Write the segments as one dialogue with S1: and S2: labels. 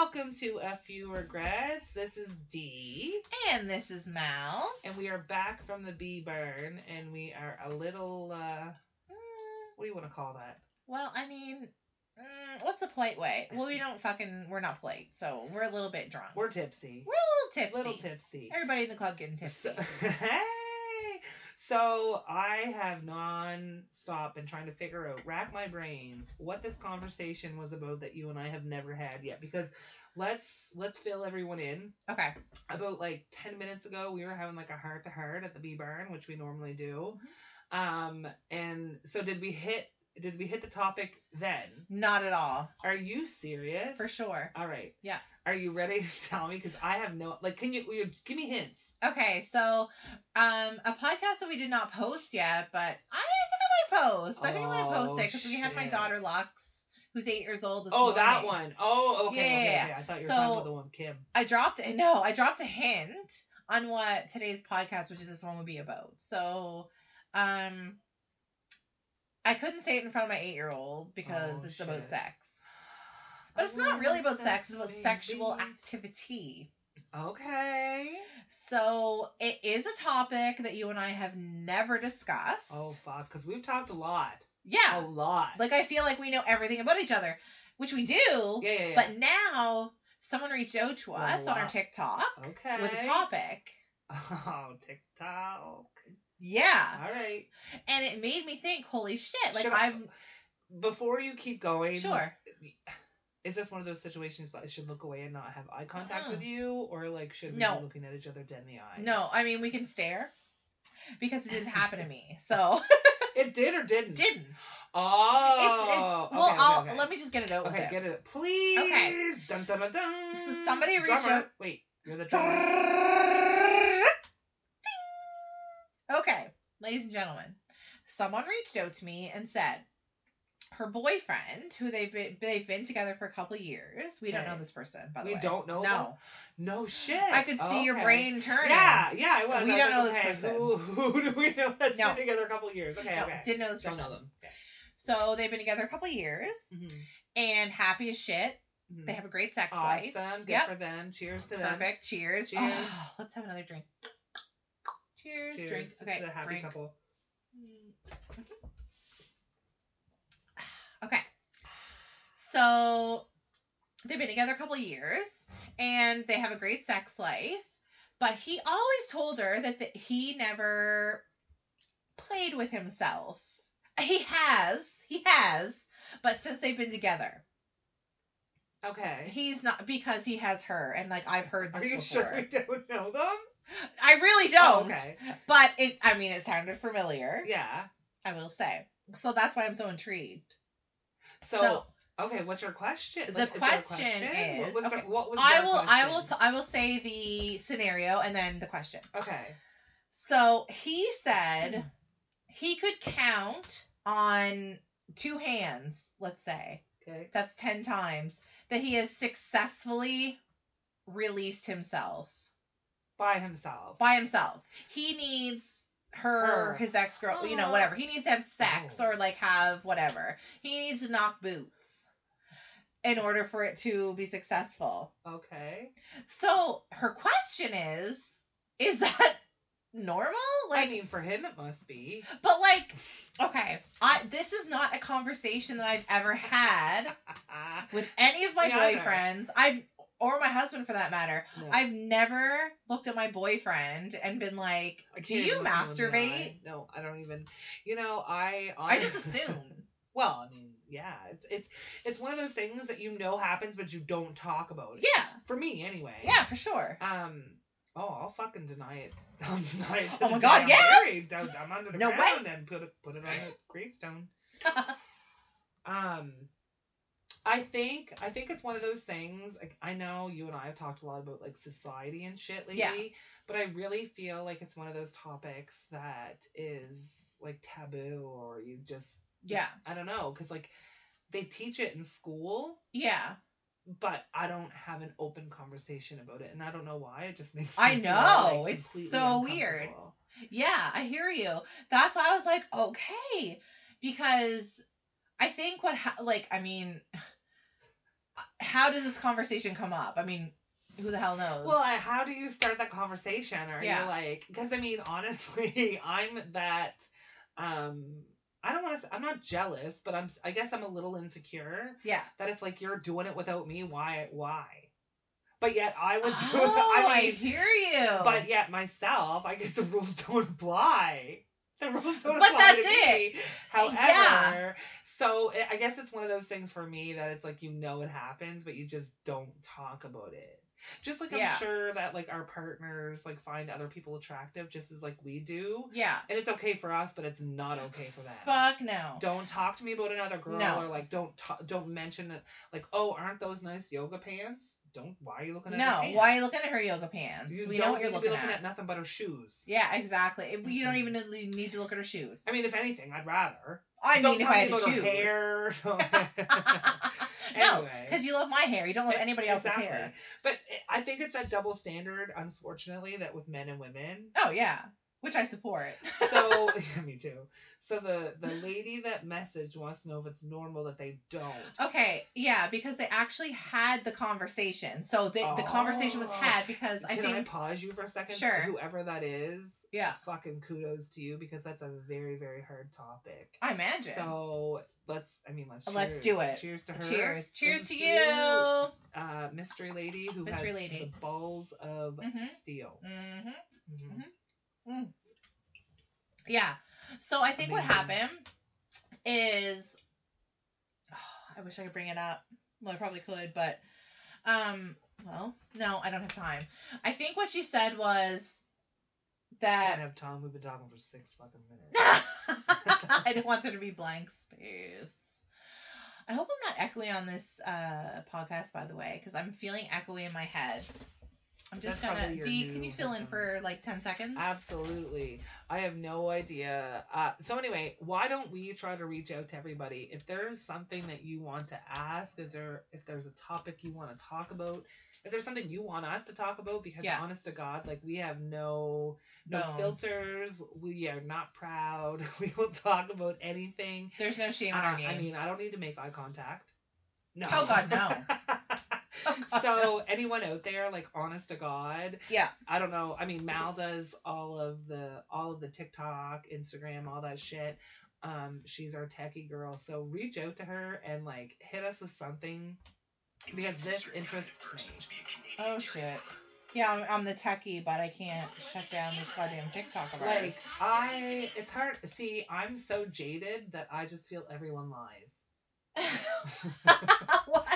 S1: Welcome to A Few Regrets. This is Dee,
S2: And this is Mal.
S1: and we are back from the bee burn, and we are a little, uh,
S2: Mm,
S1: what do you want to call that?
S2: Well, I mean, mm, what's the polite way? Well, we don't fucking, we're not polite, so we're a little bit drunk.
S1: We're tipsy.
S2: We're a little tipsy.
S1: Little tipsy.
S2: Everybody in the club getting tipsy.
S1: So, hey! So I have non-stop been trying to figure out, rack my brains, what this conversation was about that you and I have never had yet. Because let's let's fill everyone in.
S2: okay.
S1: About like ten minutes ago, we were having like a heart to heart at the bee barn, which we normally do.
S2: Mm-hmm.
S1: Um, and so did we hit? Did we hit the topic then?
S2: Not at all.
S1: Are you serious?
S2: For sure.
S1: All right.
S2: Yeah.
S1: Are you ready to tell me? Because I have no like. Can you, will you give me hints?
S2: Okay, so um a podcast that we did not post yet, but I think I might post. I think I'm
S1: Oh,
S2: going to post it because we had my
S1: shit.
S2: daughter Lux, who's eight years old this
S1: oh,
S2: morning.
S1: that one. Oh, okay.
S2: Yeah,
S1: okay,
S2: yeah,
S1: okay. I thought you were
S2: So-
S1: talking about the one with Kim.
S2: I dropped it. No, I dropped a hint on what today's podcast, which is this one, would be about. So, um, I couldn't say it in front of my eight year old because
S1: Oh,
S2: it's about
S1: shit.
S2: sex. But it's
S1: I
S2: not
S1: love
S2: really about sex, it's about
S1: baby.
S2: sexual activity.
S1: Okay.
S2: So, it is a topic that you and I have never discussed.
S1: Oh fuck, because we've talked a lot, a
S2: yeah.
S1: lot.
S2: Like, I feel like we know everything about each other, which we do.
S1: yeah, yeah, yeah.
S2: But now, someone reached out to
S1: Level
S2: us on our
S1: up.
S2: TikTok
S1: okay.
S2: with a topic.
S1: Oh, TikTok.
S2: Yeah.
S1: All right.
S2: and it made me think, holy shit! Like
S1: Should I-
S2: I've
S1: Before you keep going,
S2: sure.
S1: Is this one of those situations that I should look away and not have eye contact
S2: Uh-uh.
S1: with you, or like should we
S2: No.
S1: be looking at each other dead in the eye?
S2: No, I mean we can stare because it didn't happen to me, so
S1: It did or didn't.
S2: it didn't. It's
S1: Oh.
S2: it's well,
S1: okay, okay,
S2: I'll
S1: okay.
S2: let me just get it out.
S1: Okay,
S2: with
S1: get it. Please.
S2: Okay.
S1: Dun, dun, dun, dun.
S2: So somebody reach
S1: Drummer.
S2: out-
S1: Wait, you're the
S2: it.
S1: drummer.
S2: Okay, ladies and gentlemen, someone reached out to me and said. Her boyfriend, who they've been they've been together for a couple of years. We don't
S1: Okay.
S2: know this person, by the
S1: We
S2: way.
S1: don't know
S2: No,
S1: No shit.
S2: I could see your
S1: Okay.
S2: brain turning.
S1: Yeah, yeah, I was.
S2: We
S1: I was
S2: don't know
S1: like,
S2: this
S1: okay,
S2: person.
S1: Who, who do we know that's
S2: No.
S1: been together a couple of years? Okay,
S2: no,
S1: okay.
S2: didn't know this
S1: Don't
S2: person.
S1: know them. Mm-hmm,
S2: So they've been together a couple of years and happy as shit.
S1: Mhm.
S2: They have a great sex life.
S1: awesome. Good
S2: Yep.
S1: for them. Cheers to them.
S2: Perfect. Cheers.
S1: Cheers.
S2: Oh, let's have another drink. Cheers.
S1: Cheers
S2: drink.
S1: to
S2: Okay.
S1: the happy
S2: drink.
S1: couple.
S2: Okay. So they've been together a couple years and they have a great sex life, but he always told her that the, he never played with himself. He has. He has. But since they've been together,
S1: Okay.
S2: he's not because he has her, and like I've heard this
S1: Are you
S2: before.
S1: sure we don't know them? Oh,
S2: I really don't.
S1: okay.
S2: But it, I mean, it sounded familiar.
S1: Yeah.
S2: I will say. So that's why I'm so intrigued.
S1: So, okay, what's your question?
S2: The
S1: is there a
S2: question
S1: What
S2: is-
S1: was,
S2: okay,
S1: the, what was
S2: I
S1: their
S2: will, I will,
S1: question?
S2: I will say the scenario and then the question.
S1: Okay.
S2: So he said
S1: Hmm.
S2: he could count on two hands. Let's say
S1: Okay.
S2: that's ten times that he has successfully released himself
S1: By himself.
S2: by himself. He needs her,
S1: Her.
S2: his ex girl, you know,
S1: Oh.
S2: whatever. He needs to have sex
S1: Oh.
S2: or like have whatever. He needs to knock boots in order for it to be successful.
S1: Okay.
S2: So her question is, is that normal? Like,
S1: I mean, for him, it must be.
S2: but like, okay, I this is not a conversation that I've ever had with any of my
S1: Me either.
S2: boyfriends. I've or my husband for that matter.
S1: No.
S2: I've never looked at my boyfriend and been like,
S1: I can't
S2: "Do
S1: even
S2: you
S1: look him in the
S2: masturbate?"
S1: eye. No, I don't even. You know, I.
S2: I just
S1: honest-
S2: assume.
S1: Well, I mean, yeah, it's it's it's one of those things that you know happens, but you don't talk about it.
S2: Yeah.
S1: For me, anyway.
S2: Yeah, for sure.
S1: Um. Oh, I'll fucking deny it. I'll deny it. to
S2: Oh my
S1: the
S2: God,
S1: day I'm
S2: yes!
S1: buried. I'm, I'm under the
S2: No
S1: ground and put it put it on the gravestone. um. I think I think it's one of those things. Like I know you and I have talked a lot about like society and shit lately,
S2: Yeah.
S1: but I really feel like it's one of those topics that is like taboo, or you just
S2: Yeah.
S1: I don't know, because like they teach it in school,
S2: Yeah.
S1: but I don't have an open conversation about it, and I don't know why. It just makes
S2: I
S1: me feel,
S2: know,
S1: like,
S2: it's
S1: completely
S2: so weird.
S1: uncomfortable.
S2: Yeah, I hear you. That's why I was like, "Okay," because I think what ha- like I mean how does this conversation come up? I mean, who the hell knows?
S1: Well, I- how do you start that conversation? Are
S2: Yeah.
S1: you like, because I mean, honestly, I'm that. um I don't want to. I'm not jealous, but I'm. s- I guess I'm a little insecure
S2: yeah.
S1: that if like you're doing it without me, why? Why? But yet I would do it.
S2: oh, I,
S1: I mean,
S2: hear you.
S1: but yet myself, I guess the rules don't apply. The rules don't
S2: But
S1: apply
S2: that's
S1: to me. However,
S2: Yeah.
S1: so I- I guess it's one of those things for me that it's like you know it happens, but you just don't talk about it. Just like I'm
S2: Yeah.
S1: sure that like our partners like find other people attractive just as like we do,
S2: yeah.
S1: and it's okay for us, but it's not okay for them.
S2: Fuck no.
S1: Don't talk to me about another girl
S2: No.
S1: or like don't ta- don't mention it. Like oh, aren't those nice yoga pants? Don't. Why are you looking at? her
S2: No.
S1: pants?
S2: Why are you looking at her yoga pants?
S1: You
S2: we
S1: don't
S2: know what you're
S1: need to be
S2: looking,
S1: looking
S2: at.
S1: at nothing but her shoes.
S2: Yeah, exactly. It- You don't
S1: Mhm.
S2: even need- need to look at her shoes.
S1: I mean, if anything, I'd rather.
S2: I
S1: don't
S2: mean, if
S1: tell
S2: I
S1: me
S2: had to
S1: about her
S2: choose.
S1: hair.
S2: no,
S1: Anyway.
S2: because you love my hair. You don't love anybody else's
S1: Exactly.
S2: hair.
S1: But I think it's that double standard, unfortunately, that with men and women.
S2: Oh yeah, which I support.
S1: So yeah, me too. So the the lady that messaged wants to know if it's normal that they don't.
S2: Okay, yeah, because they actually had the conversation. So they, the conversation was
S1: Oh.
S2: had because I
S1: Can I
S2: think
S1: pause you for a second?
S2: Sure.
S1: Whoever that is,
S2: yeah,
S1: fucking kudos to you because that's a very very hard topic.
S2: I imagine.
S1: So let's. I mean, let's.
S2: Let's
S1: cheers.
S2: do it.
S1: Cheers to her.
S2: Cheers, cheers
S1: is
S2: to
S1: you.
S2: you.
S1: uh, mystery lady who
S2: Mystery
S1: has
S2: lady.
S1: the balls of
S2: Mhm.
S1: steel.
S2: hmm
S1: Mhm.
S2: Yeah. So I think what
S1: Amazing.
S2: happened is oh, I wish I could bring it up. Well, I probably could, but um well, no, I don't have time. I think what she said was
S1: Can't
S2: that
S1: have Tom. We've been talking for six fucking minutes.
S2: I don't want there to be blank space. I hope I'm not echoey on this uh podcast by the way cuz I'm feeling echoey in my head. I'm just
S1: That's
S2: going
S1: probably
S2: to
S1: your
S2: D, can
S1: new
S2: you fill in for
S1: headphones. Um,
S2: like 10 seconds?
S1: Absolutely. I have no idea. Uh, so anyway, why don't we try to reach out to everybody? If there's something that you want to ask, is there if there's a topic you want to talk about? If there's something you want us to talk about, because
S2: Yeah.
S1: honest to God, like we have no no
S2: Boom.
S1: filters. We are not proud. We will talk about anything.
S2: There's no shame on
S1: Uh,
S2: our name.
S1: I mean, I don't need to make eye contact. No.
S2: Oh, God, no. Oh, God, no.
S1: so anyone out there, like honest to God,
S2: yeah.
S1: I don't know. I mean, Mal does all of the all of the TikTok, Instagram, all that shit. Um, she's our techie girl, so reach out to her and like hit us with something because this interests me.
S2: Oh shit. Yeah, I'm, I'm the techie, but I can't shut down this goddamn TikTok of ours.
S1: Like I, it's hard. See, I'm so jaded that I just feel everyone lies.
S2: what?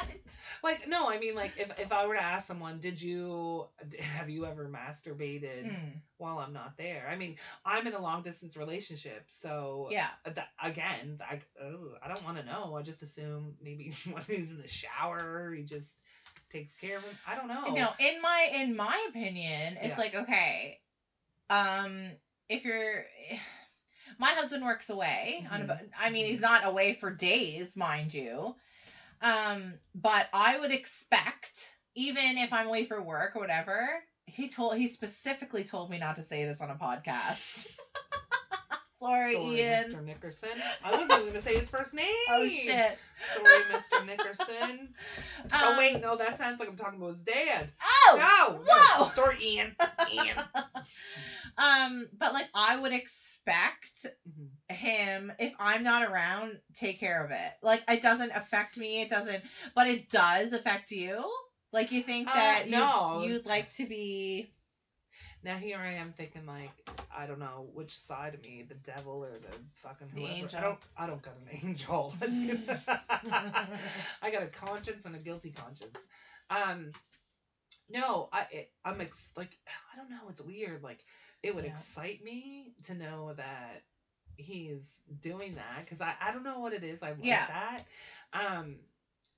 S1: Like no, I mean like if if I were to ask someone, did you have you ever masturbated
S2: Hmm,
S1: while I'm not there? I mean, I'm in a long distance relationship, so
S2: Yeah.
S1: that, again, I, oh, I don't want to know. I just assume maybe when he's in the shower, he just takes care of him. I don't know.
S2: No, in my in my opinion, it's
S1: Yeah.
S2: like okay, um, if you're, my husband works away on
S1: Mhm.
S2: about. I mean, he's not away for days, mind you, um, but I would expect even if I'm away for work or whatever. He told he specifically told me not to say this on a podcast. Sorry, Ian.
S1: Mr. Nickerson. I wasn't even gonna say his first name.
S2: Oh shit.
S1: Sorry, Mr. Nickerson.
S2: Um,
S1: oh wait, no, that sounds like I'm talking about his dad.
S2: Oh.
S1: no, no.
S2: whoa.
S1: Sorry, Ian. Ian.
S2: Um, but like I would expect
S1: Mhm.
S2: him if I'm not around, take care of it. Like it doesn't affect me. It doesn't, but it does affect you. Like you think
S1: Uh,
S2: that you,
S1: no.
S2: you'd like to be.
S1: Now here I am thinking like I don't know which side of me, the devil or the fucking
S2: The
S1: whoever.
S2: angel.
S1: I don't I don't got an angel. Let's get- I got a conscience and a guilty conscience. Um no, I it, I'm ex- like I don't know, it's weird like it would
S2: Yeah.
S1: excite me to know that he's doing that cuz I I don't know what it is. I like
S2: Yeah.
S1: that. Um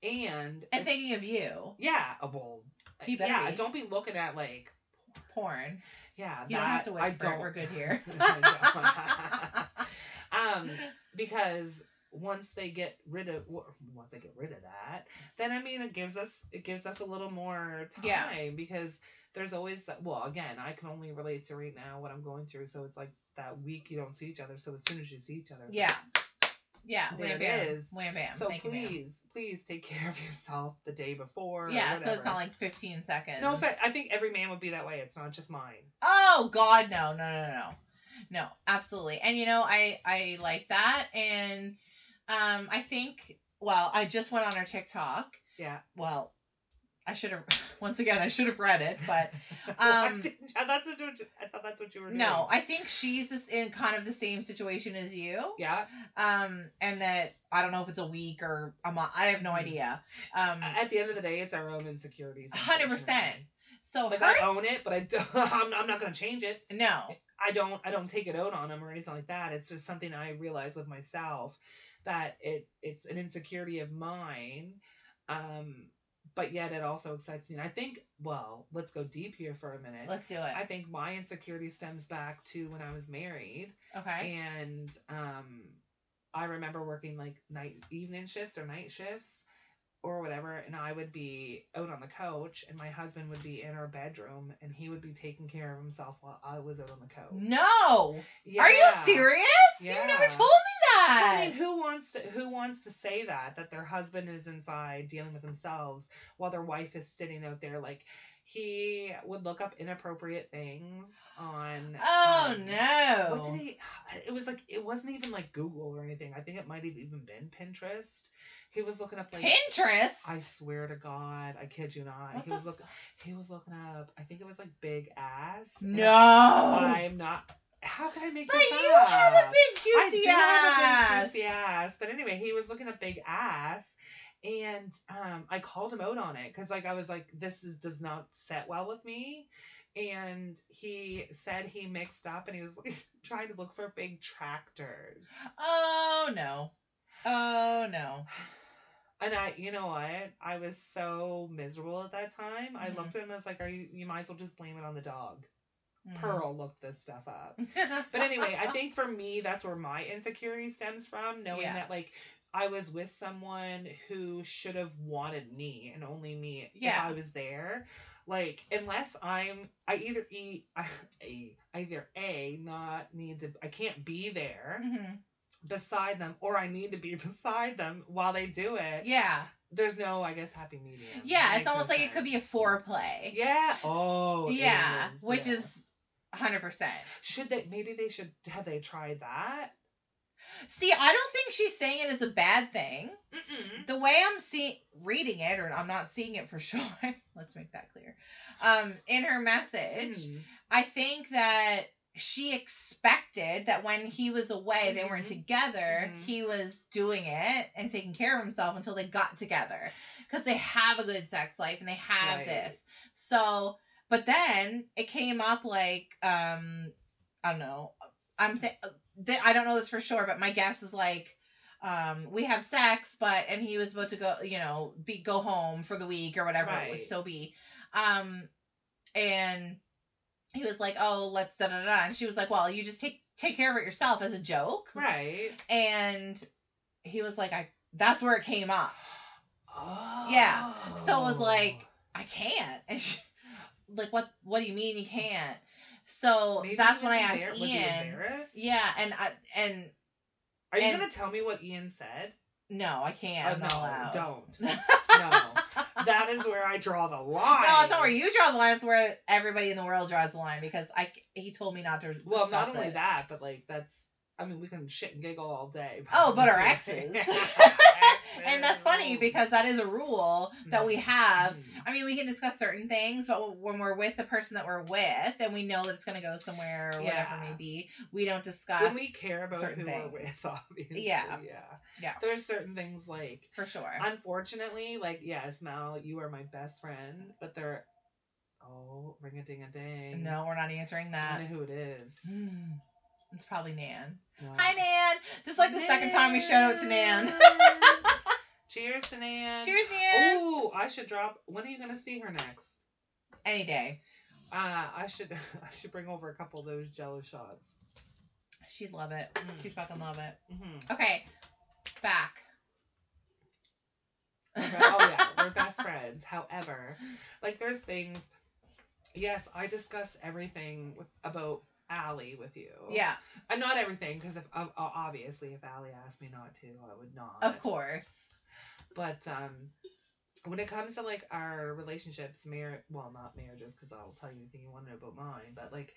S1: and
S2: and thinking of you,
S1: yeah, a bold.
S2: He better
S1: yeah,
S2: be.
S1: don't be looking at like
S2: porn.
S1: yeah,
S2: You don't have
S1: that-
S2: to
S1: I
S2: whisper.
S1: don't-
S2: We're good here.
S1: I don't. um, because once they get rid of w- once they get rid of that, then I mean it gives us it gives us a little more time
S2: Yeah.
S1: because there's always that. Well, again, I can only relate to right now what I'm going through, so it's like that week you don't see each other. So as soon as you see each other, it's like,
S2: yeah. Yeah,
S1: There
S2: wham
S1: it
S2: bam.
S1: is.
S2: Wham bam.
S1: so
S2: Thank you, ma'am.
S1: please, please take care of yourself the day before. or
S2: Yeah, so it's
S1: whatever.
S2: not like 15 seconds.
S1: No, but I think every man would be that way. It's not just mine.
S2: Oh God, no, no, no, no, no, absolutely. And you know, I I like that, and um, I think well, I just went on her TikTok.
S1: Yeah.
S2: Well, I should have once again, I should have read it, but
S1: I
S2: Um,
S1: didn't- that's what you, I thought that's what you were doing.
S2: no, I think she's just in kind of the same situation as you.
S1: yeah.
S2: Um, and that I don't know if it's a week or a month. I have no
S1: Mhm.
S2: idea. Um,
S1: At the end of the day, it's our own insecurities.
S2: 100%.
S1: unfortunately.
S2: so
S1: Like
S2: her,
S1: I own it, but I don't, I'm, I'm not going to change it.
S2: no,
S1: I don't I don't take it out on him or anything like that. It's just something I realize with myself that it it's an insecurity of mine. Um but yet it also excites me. And I think well, let's go deep here for a minute.
S2: let's do
S1: I
S2: it.
S1: think my insecurity stems back to when I was married
S2: Okay.
S1: and um I remember working like night evening shifts or night shifts or whatever and I would be out on the couch and my husband would be in our bedroom and he would be taking care of himself while I was out on the couch.
S2: No.
S1: Yeah.
S2: Are you serious? You never
S1: Yeah.
S2: told me that.
S1: I mean, who wants to who wants to say that that their husband is inside dealing with themselves while their wife is sitting out there like he would look up inappropriate things on
S2: oh
S1: um,
S2: no.
S1: What did he it was like it wasn't even like Google or anything. I think it might have even been Pinterest. He was looking up like
S2: Pinterest.
S1: I swear to God, I kid you not.
S2: What
S1: he
S2: the
S1: was look
S2: fu-
S1: he was looking up I think it was like big ass. And
S2: no.
S1: I'm not how can I make
S2: but
S1: this
S2: you have a
S1: up?
S2: big juicy
S1: I do have a big
S2: ass.
S1: juicy ass. But anyway, he was looking at big ass, and um, I called him out on it because like I was like, this is does not set well with me. And he said he mixed up and he was like, trying to look for big tractors.
S2: Oh no. Oh no.
S1: And I, you know what? I was so miserable at that time. I
S2: Mhm.
S1: looked at him. I was like, "Are you? You might as well just blame it on the dog."
S2: Mm.
S1: Pearl looked this stuff up. But anyway, I think for me, that's where my insecurity stems from, knowing
S2: Yeah.
S1: that like I was with someone who should have wanted me and only me
S2: Yeah.
S1: if I was there. Like unless I'm, I either e I, a either a not need to, I can't be there
S2: Mhm.
S1: beside them, or I need to be beside them while they do it.
S2: Yeah.
S1: There's no, I guess, happy medium. It
S2: Yeah. It's
S1: makes no
S2: almost like it could be a
S1: sense.
S2: foreplay.
S1: Yeah. Oh. it
S2: yeah.
S1: is,
S2: Which
S1: yeah.
S2: is hundred percent.
S1: should they maybe they should have they tried that?
S2: See, I don't think she's saying it as a bad thing.
S1: Mm-mm.
S2: the way I'm seeing reading it, or I'm not seeing it for sure. Let's make that clear. Um, in her message,
S1: Mm.
S2: I think that she expected that when he was away, they weren't
S1: Mhm.
S2: together.
S1: Mhm.
S2: He was doing it and taking care of himself until they got together, because they have a good sex life and they have
S1: Right.
S2: this. So, but then it came up like, um, I don't know. I'm th- th- I don't know this for sure, but my guess is like um we have sex but and he was about to go you know be go home for the week or whatever it was
S1: Right.
S2: so be um and he was like oh let's da da da and she was like well you just take take care of it yourself as a joke
S1: Right.
S2: and he was like i that's where it came up
S1: Oh.
S2: Yeah. So it was like- i can't and she, like what what do you mean you can't so
S1: Oh. Maybe
S2: that's
S1: he
S2: when i
S1: was embar-
S2: asked
S1: was he
S2: ian
S1: embarrassed?
S2: yeah and i and
S1: Are you
S2: and-
S1: gonna tell me what Ian said?
S2: no i can't
S1: Oh,
S2: i'm not allowed
S1: don't. no. That is where I draw the line.
S2: No, it's not where you draw the line. It's where everybody in the world draws the line because I he told me not to.
S1: Well, not
S2: discuss
S1: only
S2: it.
S1: that, but like that's. I mean, we can shit and giggle all day.
S2: Oh, but our exes. and that's
S1: Oh,
S2: funny because that is a rule that
S1: Mm-hmm.
S2: we
S1: hmm.
S2: have. I mean, we can discuss certain things, but when we're with the person that we're with and we know that it's going to go somewhere or whatever it
S1: Yeah.
S2: may be, we don't discuss.
S1: when we care about
S2: certain
S1: who
S2: things.
S1: we're with, obviously.
S2: Yeah.
S1: Yeah.
S2: Yeah.
S1: There's certain things like,
S2: For sure.
S1: unfortunately, like, yes, Mal, you are my best friend, but they're, oh, ring a ding a ding.
S2: No, we're not answering
S1: I
S2: that.
S1: know who it is.
S2: Hmm. It's probably Nan.
S1: No.
S2: Hi, Nan. This is like the second time we shout out to Nan.
S1: Cheers to Nan.
S2: Cheers, Nan.
S1: Oh, I should drop. When are you going to see her next?
S2: Any day.
S1: Uh, I should I should bring over a couple of those jello shots.
S2: She'd love it.
S1: Mm.
S2: She'd fucking love it.
S1: hmm
S2: Okay, back.
S1: We're- oh yeah, we're best friends. However, like there's things. Yes, I discuss everything with, about Allie with you.
S2: Yeah,
S1: And Uh, not everything, because if uh, obviously if Allie asked me not to, I would not.
S2: of course.
S1: But um, when it comes to like our relationships, marriage, well, not marriages, because I'll tell you anything you want to know about mine, but like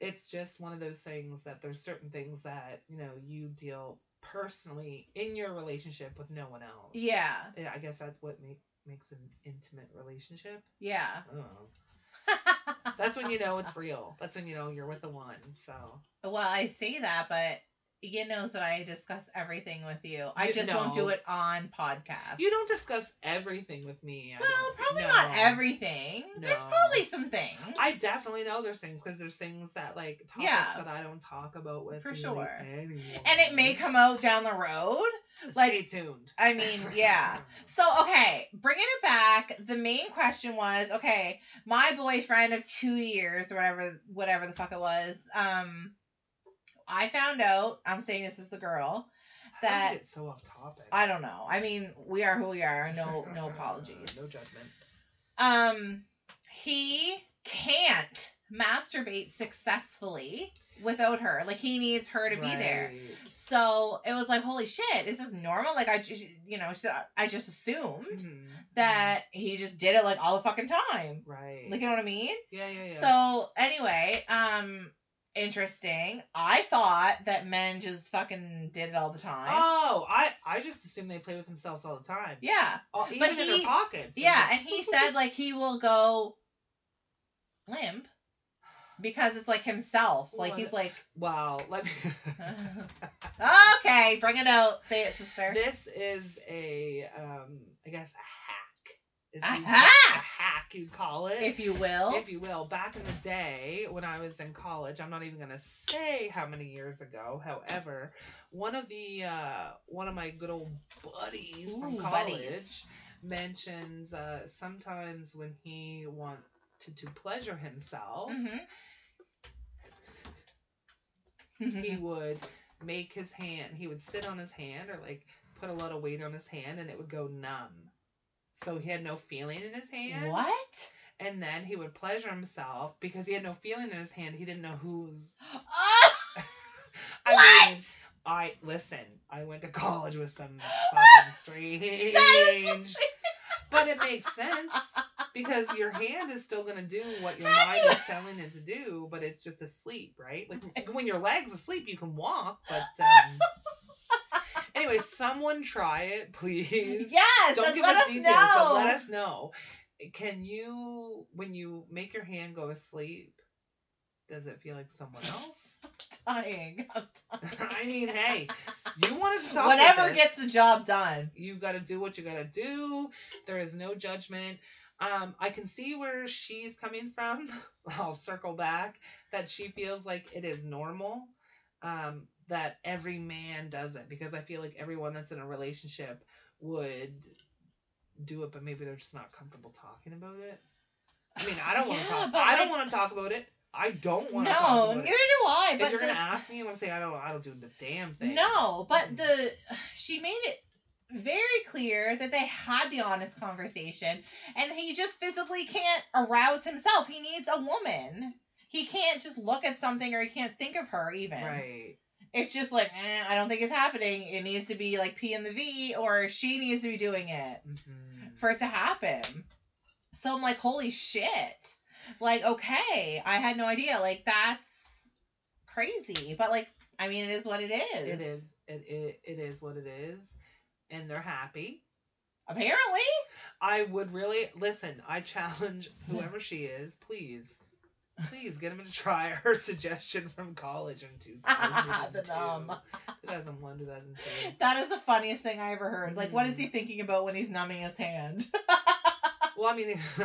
S1: it's just one of those things that there's certain things that you know you deal personally in your relationship with no one else.
S2: Yeah,
S1: Yeah, I guess that's what make, makes an intimate relationship.
S2: yeah.
S1: I don't know. That's when you know it's real. That's when you know you're with the one. So
S2: well, I say that, but you knows that I discuss everything with you. I
S1: You-
S2: just won't
S1: no.
S2: do it on podcast.
S1: you don't discuss everything with me. I
S2: Well,
S1: don't-
S2: probably
S1: no.
S2: not everything. There's
S1: No.
S2: probably some things.
S1: I definitely know there's things because there's things that like topics
S2: Yeah.
S1: that I don't talk about with
S2: For
S1: really
S2: sure.
S1: anyone.
S2: And it may come out down the road.
S1: stay
S2: like-
S1: tuned.
S2: I mean, yeah. So, okay, bringing it back, the main question was, okay, my boyfriend of 2 years or whatever whatever the fuck it was, um I found out, I'm saying this is the girl. that-
S1: it's so off topic.
S2: I don't know. I mean, we are who we are. No no apologies.
S1: no judgment.
S2: Um he can't masturbate successfully without her. Like he needs her to be there.
S1: Right.
S2: So it was like, holy shit, is this normal? Like I, ju- you know, so I just assumed
S1: Mhm.
S2: that he just did it like all the fucking time.
S1: Right.
S2: Like you know what I mean?
S1: yeah, yeah, yeah.
S2: So anyway, um, interesting. I thought that men just fucking did it all the time.
S1: Oh, I I just assume they play with themselves all the time.
S2: yeah,
S1: All, even in
S2: he-
S1: their pockets.
S2: yeah, and he said like he will go limp because it's like himself. Like
S1: What?
S2: he's like,
S1: Wow. Let me.
S2: okay, bring it out, say it, sister.
S1: this is a um I guess a hack. Is
S2: A
S1: you-
S2: hack!
S1: A hack you'd call it.
S2: If you will,
S1: if you will, back in the day when I was in college, I'm not even gonna say how many years ago. However, one of the uh, one of my good old buddies from
S2: Ooh,
S1: college
S2: buddies.
S1: mentions uh, sometimes when he wanted to pleasure himself,
S2: Mm-hmm. Mhm.
S1: he would make his hand. He would sit on his hand or like put a lot of weight on his hand, and it would go numb. So he had no feeling in his hand.
S2: What?
S1: And then he would pleasure himself because he had no feeling in his hand. He didn't know whose
S2: Oh,
S1: I
S2: what?
S1: mean, I listen. I went to college with some fucking strange, but it makes sense because your hand is still gonna do what your
S2: How do
S1: mind
S2: you-
S1: is telling it to do, but it's just asleep, right? Like when your legs asleep, you can walk, but um, anyway, someone try it, please.
S2: yes,
S1: Don't
S2: and
S1: give
S2: let
S1: us
S2: us
S1: details,
S2: know.
S1: but let us know. Can you, when you make your hand go asleep, does it feel like someone else?
S2: dying. I'm dying.
S1: I mean, hey, you wanted to talk. about
S2: Whatever
S1: this.
S2: gets the job done.
S1: you got to do what you got to do. There is no judgment. Um, I can see where she's coming from. I'll circle back that she feels like it is normal um, that every man does it because I feel like everyone that's in a relationship would do it, but maybe they're just not comfortable talking about it. I mean, I don't want to
S2: Yeah,
S1: talk.
S2: but
S1: I don't
S2: like-
S1: want to talk about it. I don't want to talk
S2: No,
S1: about it.
S2: neither do I.
S1: If
S2: But
S1: you're
S2: the,
S1: gonna ask me, I'm gonna say I don't. I don't do the damn thing.
S2: no, but
S1: Mm.
S2: the she made it very clear that they had the honest conversation, and he just physically can't arouse himself. He needs a woman. He can't just look at something or he can't think of her even.
S1: Right.
S2: It's just like eh, I don't think it's happening. It needs to be like P and the V, or she needs to be doing it.
S1: Mhm.
S2: for it to happen. So I'm like, holy shit. Like, okay, I had no idea. Like, that's crazy. But, like, I mean, it is what it is.
S1: It is. It, it it is what it is, and they're happy.
S2: Apparently.
S1: I would really listen. I challenge whoever she is. Please, please get him to try her suggestion from college in two thousand
S2: The numb.
S1: two thousand one, two thousand two.
S2: That is the funniest thing I ever heard. Like, what is he thinking about when he's numbing his hand?
S1: Well, I mean,
S2: do,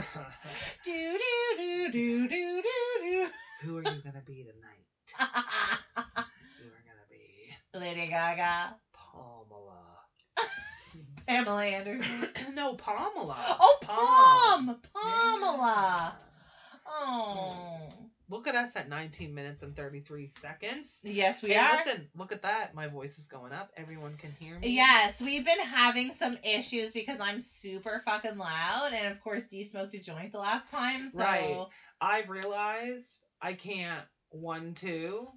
S2: do, do, do, do, do,
S1: who are you gonna be tonight?
S2: do.
S1: You are gonna be
S2: Lady Gaga.
S1: Pamela.
S2: Pamela Anderson.
S1: no, Pamela.
S2: Oh, Pom! Pamela.
S1: Yeah.
S2: Oh.
S1: Look at us at 19 minutes and 33 seconds.
S2: Yes, we
S1: Hey,
S2: are.
S1: Listen, look at that. My voice is going up. Everyone can hear me.
S2: Yes, we've been having some issues because I'm super fucking loud, and of course, D smoked a joint the last time, so
S1: Right. I've realized I can't one two,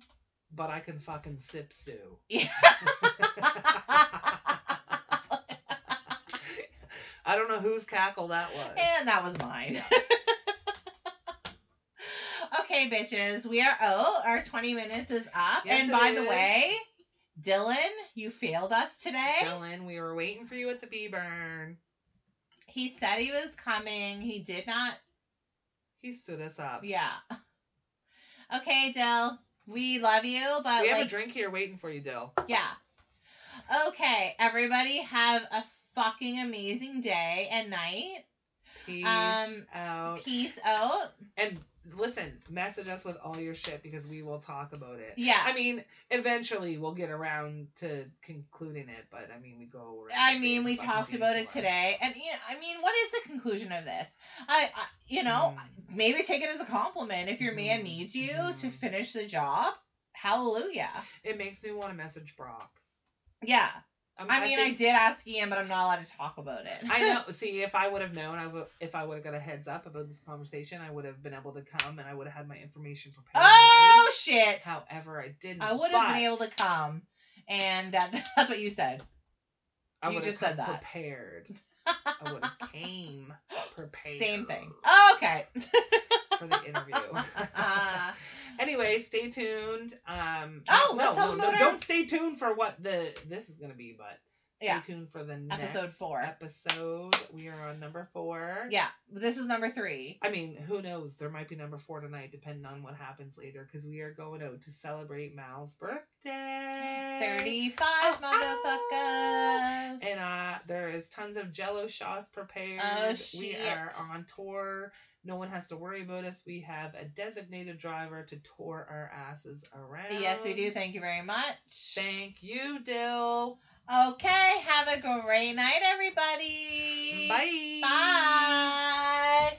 S1: but I can fucking sip Sue. I don't know whose cackle that was.
S2: And that was mine. okay, bitches, we are oh, our 20 minutes is up.
S1: Yes,
S2: and
S1: it
S2: by the
S1: is.
S2: way, Dylan, you failed us today.
S1: Dylan, we were waiting for you at the bee burn.
S2: He said he was coming. He did not.
S1: He stood us up.
S2: Yeah. Okay, Dill, we love you, but
S1: we have
S2: like,
S1: a drink here waiting for you, Dill.
S2: yeah. Okay, everybody, have a fucking amazing day and night.
S1: Peace
S2: Um,
S1: out.
S2: Peace out.
S1: And listen, message us with all your shit because we will talk about it.
S2: Yeah.
S1: I mean, eventually we'll get around to concluding it, but I mean, we go around.
S2: I
S1: the
S2: mean, we
S1: fucking
S2: talked about it
S1: detour.
S2: today, and you know, I mean, what is the conclusion of this? I, I you know,
S1: Mm.
S2: maybe take it as a compliment if your man
S1: Mhm.
S2: needs you to
S1: Mhm.
S2: finish the job. Hallelujah.
S1: It makes me want to message Brock.
S2: Yeah.
S1: Um,
S2: I mean, I,
S1: think-
S2: did ask Ian, but I'm not allowed to talk about it.
S1: I know. See, if I would have known, I would. If I would have got a heads up about this conversation, I would have been able to come, and I would have had my information prepared. and ready.
S2: oh shit!
S1: However, I didn't.
S2: I would have
S1: but
S2: been able to come, and that, that's what you said.
S1: I
S2: you
S1: would
S2: just
S1: have
S2: said that.
S1: Prepared. I would have came prepared.
S2: Same thing. okay.
S1: for the interview.
S2: Uh,
S1: anyway, stay tuned. Um,
S2: Oh,
S1: no,
S2: let's tell
S1: no,
S2: them
S1: no,
S2: about our-
S1: don't stay tuned for what the this is going to be, but stay
S2: Yeah.
S1: tuned for the next
S2: Episode four.
S1: Episode. We are on number four.
S2: yeah, this is number three.
S1: I mean, who knows? There might be number four tonight, depending on what happens later, because we are going out to celebrate Mal's birthday.
S2: 35
S1: Ow,
S2: motherfuckers.
S1: Oh, And uh, there is tons of Jello shots prepared.
S2: Oh,
S1: We
S2: shit.
S1: are on tour. No one has to worry about us. We have a designated driver to tour our asses around.
S2: Yes, we do. Thank you very much.
S1: Thank you, Dill.
S2: Okay, have a great night, everybody.
S1: Bye.
S2: Bye.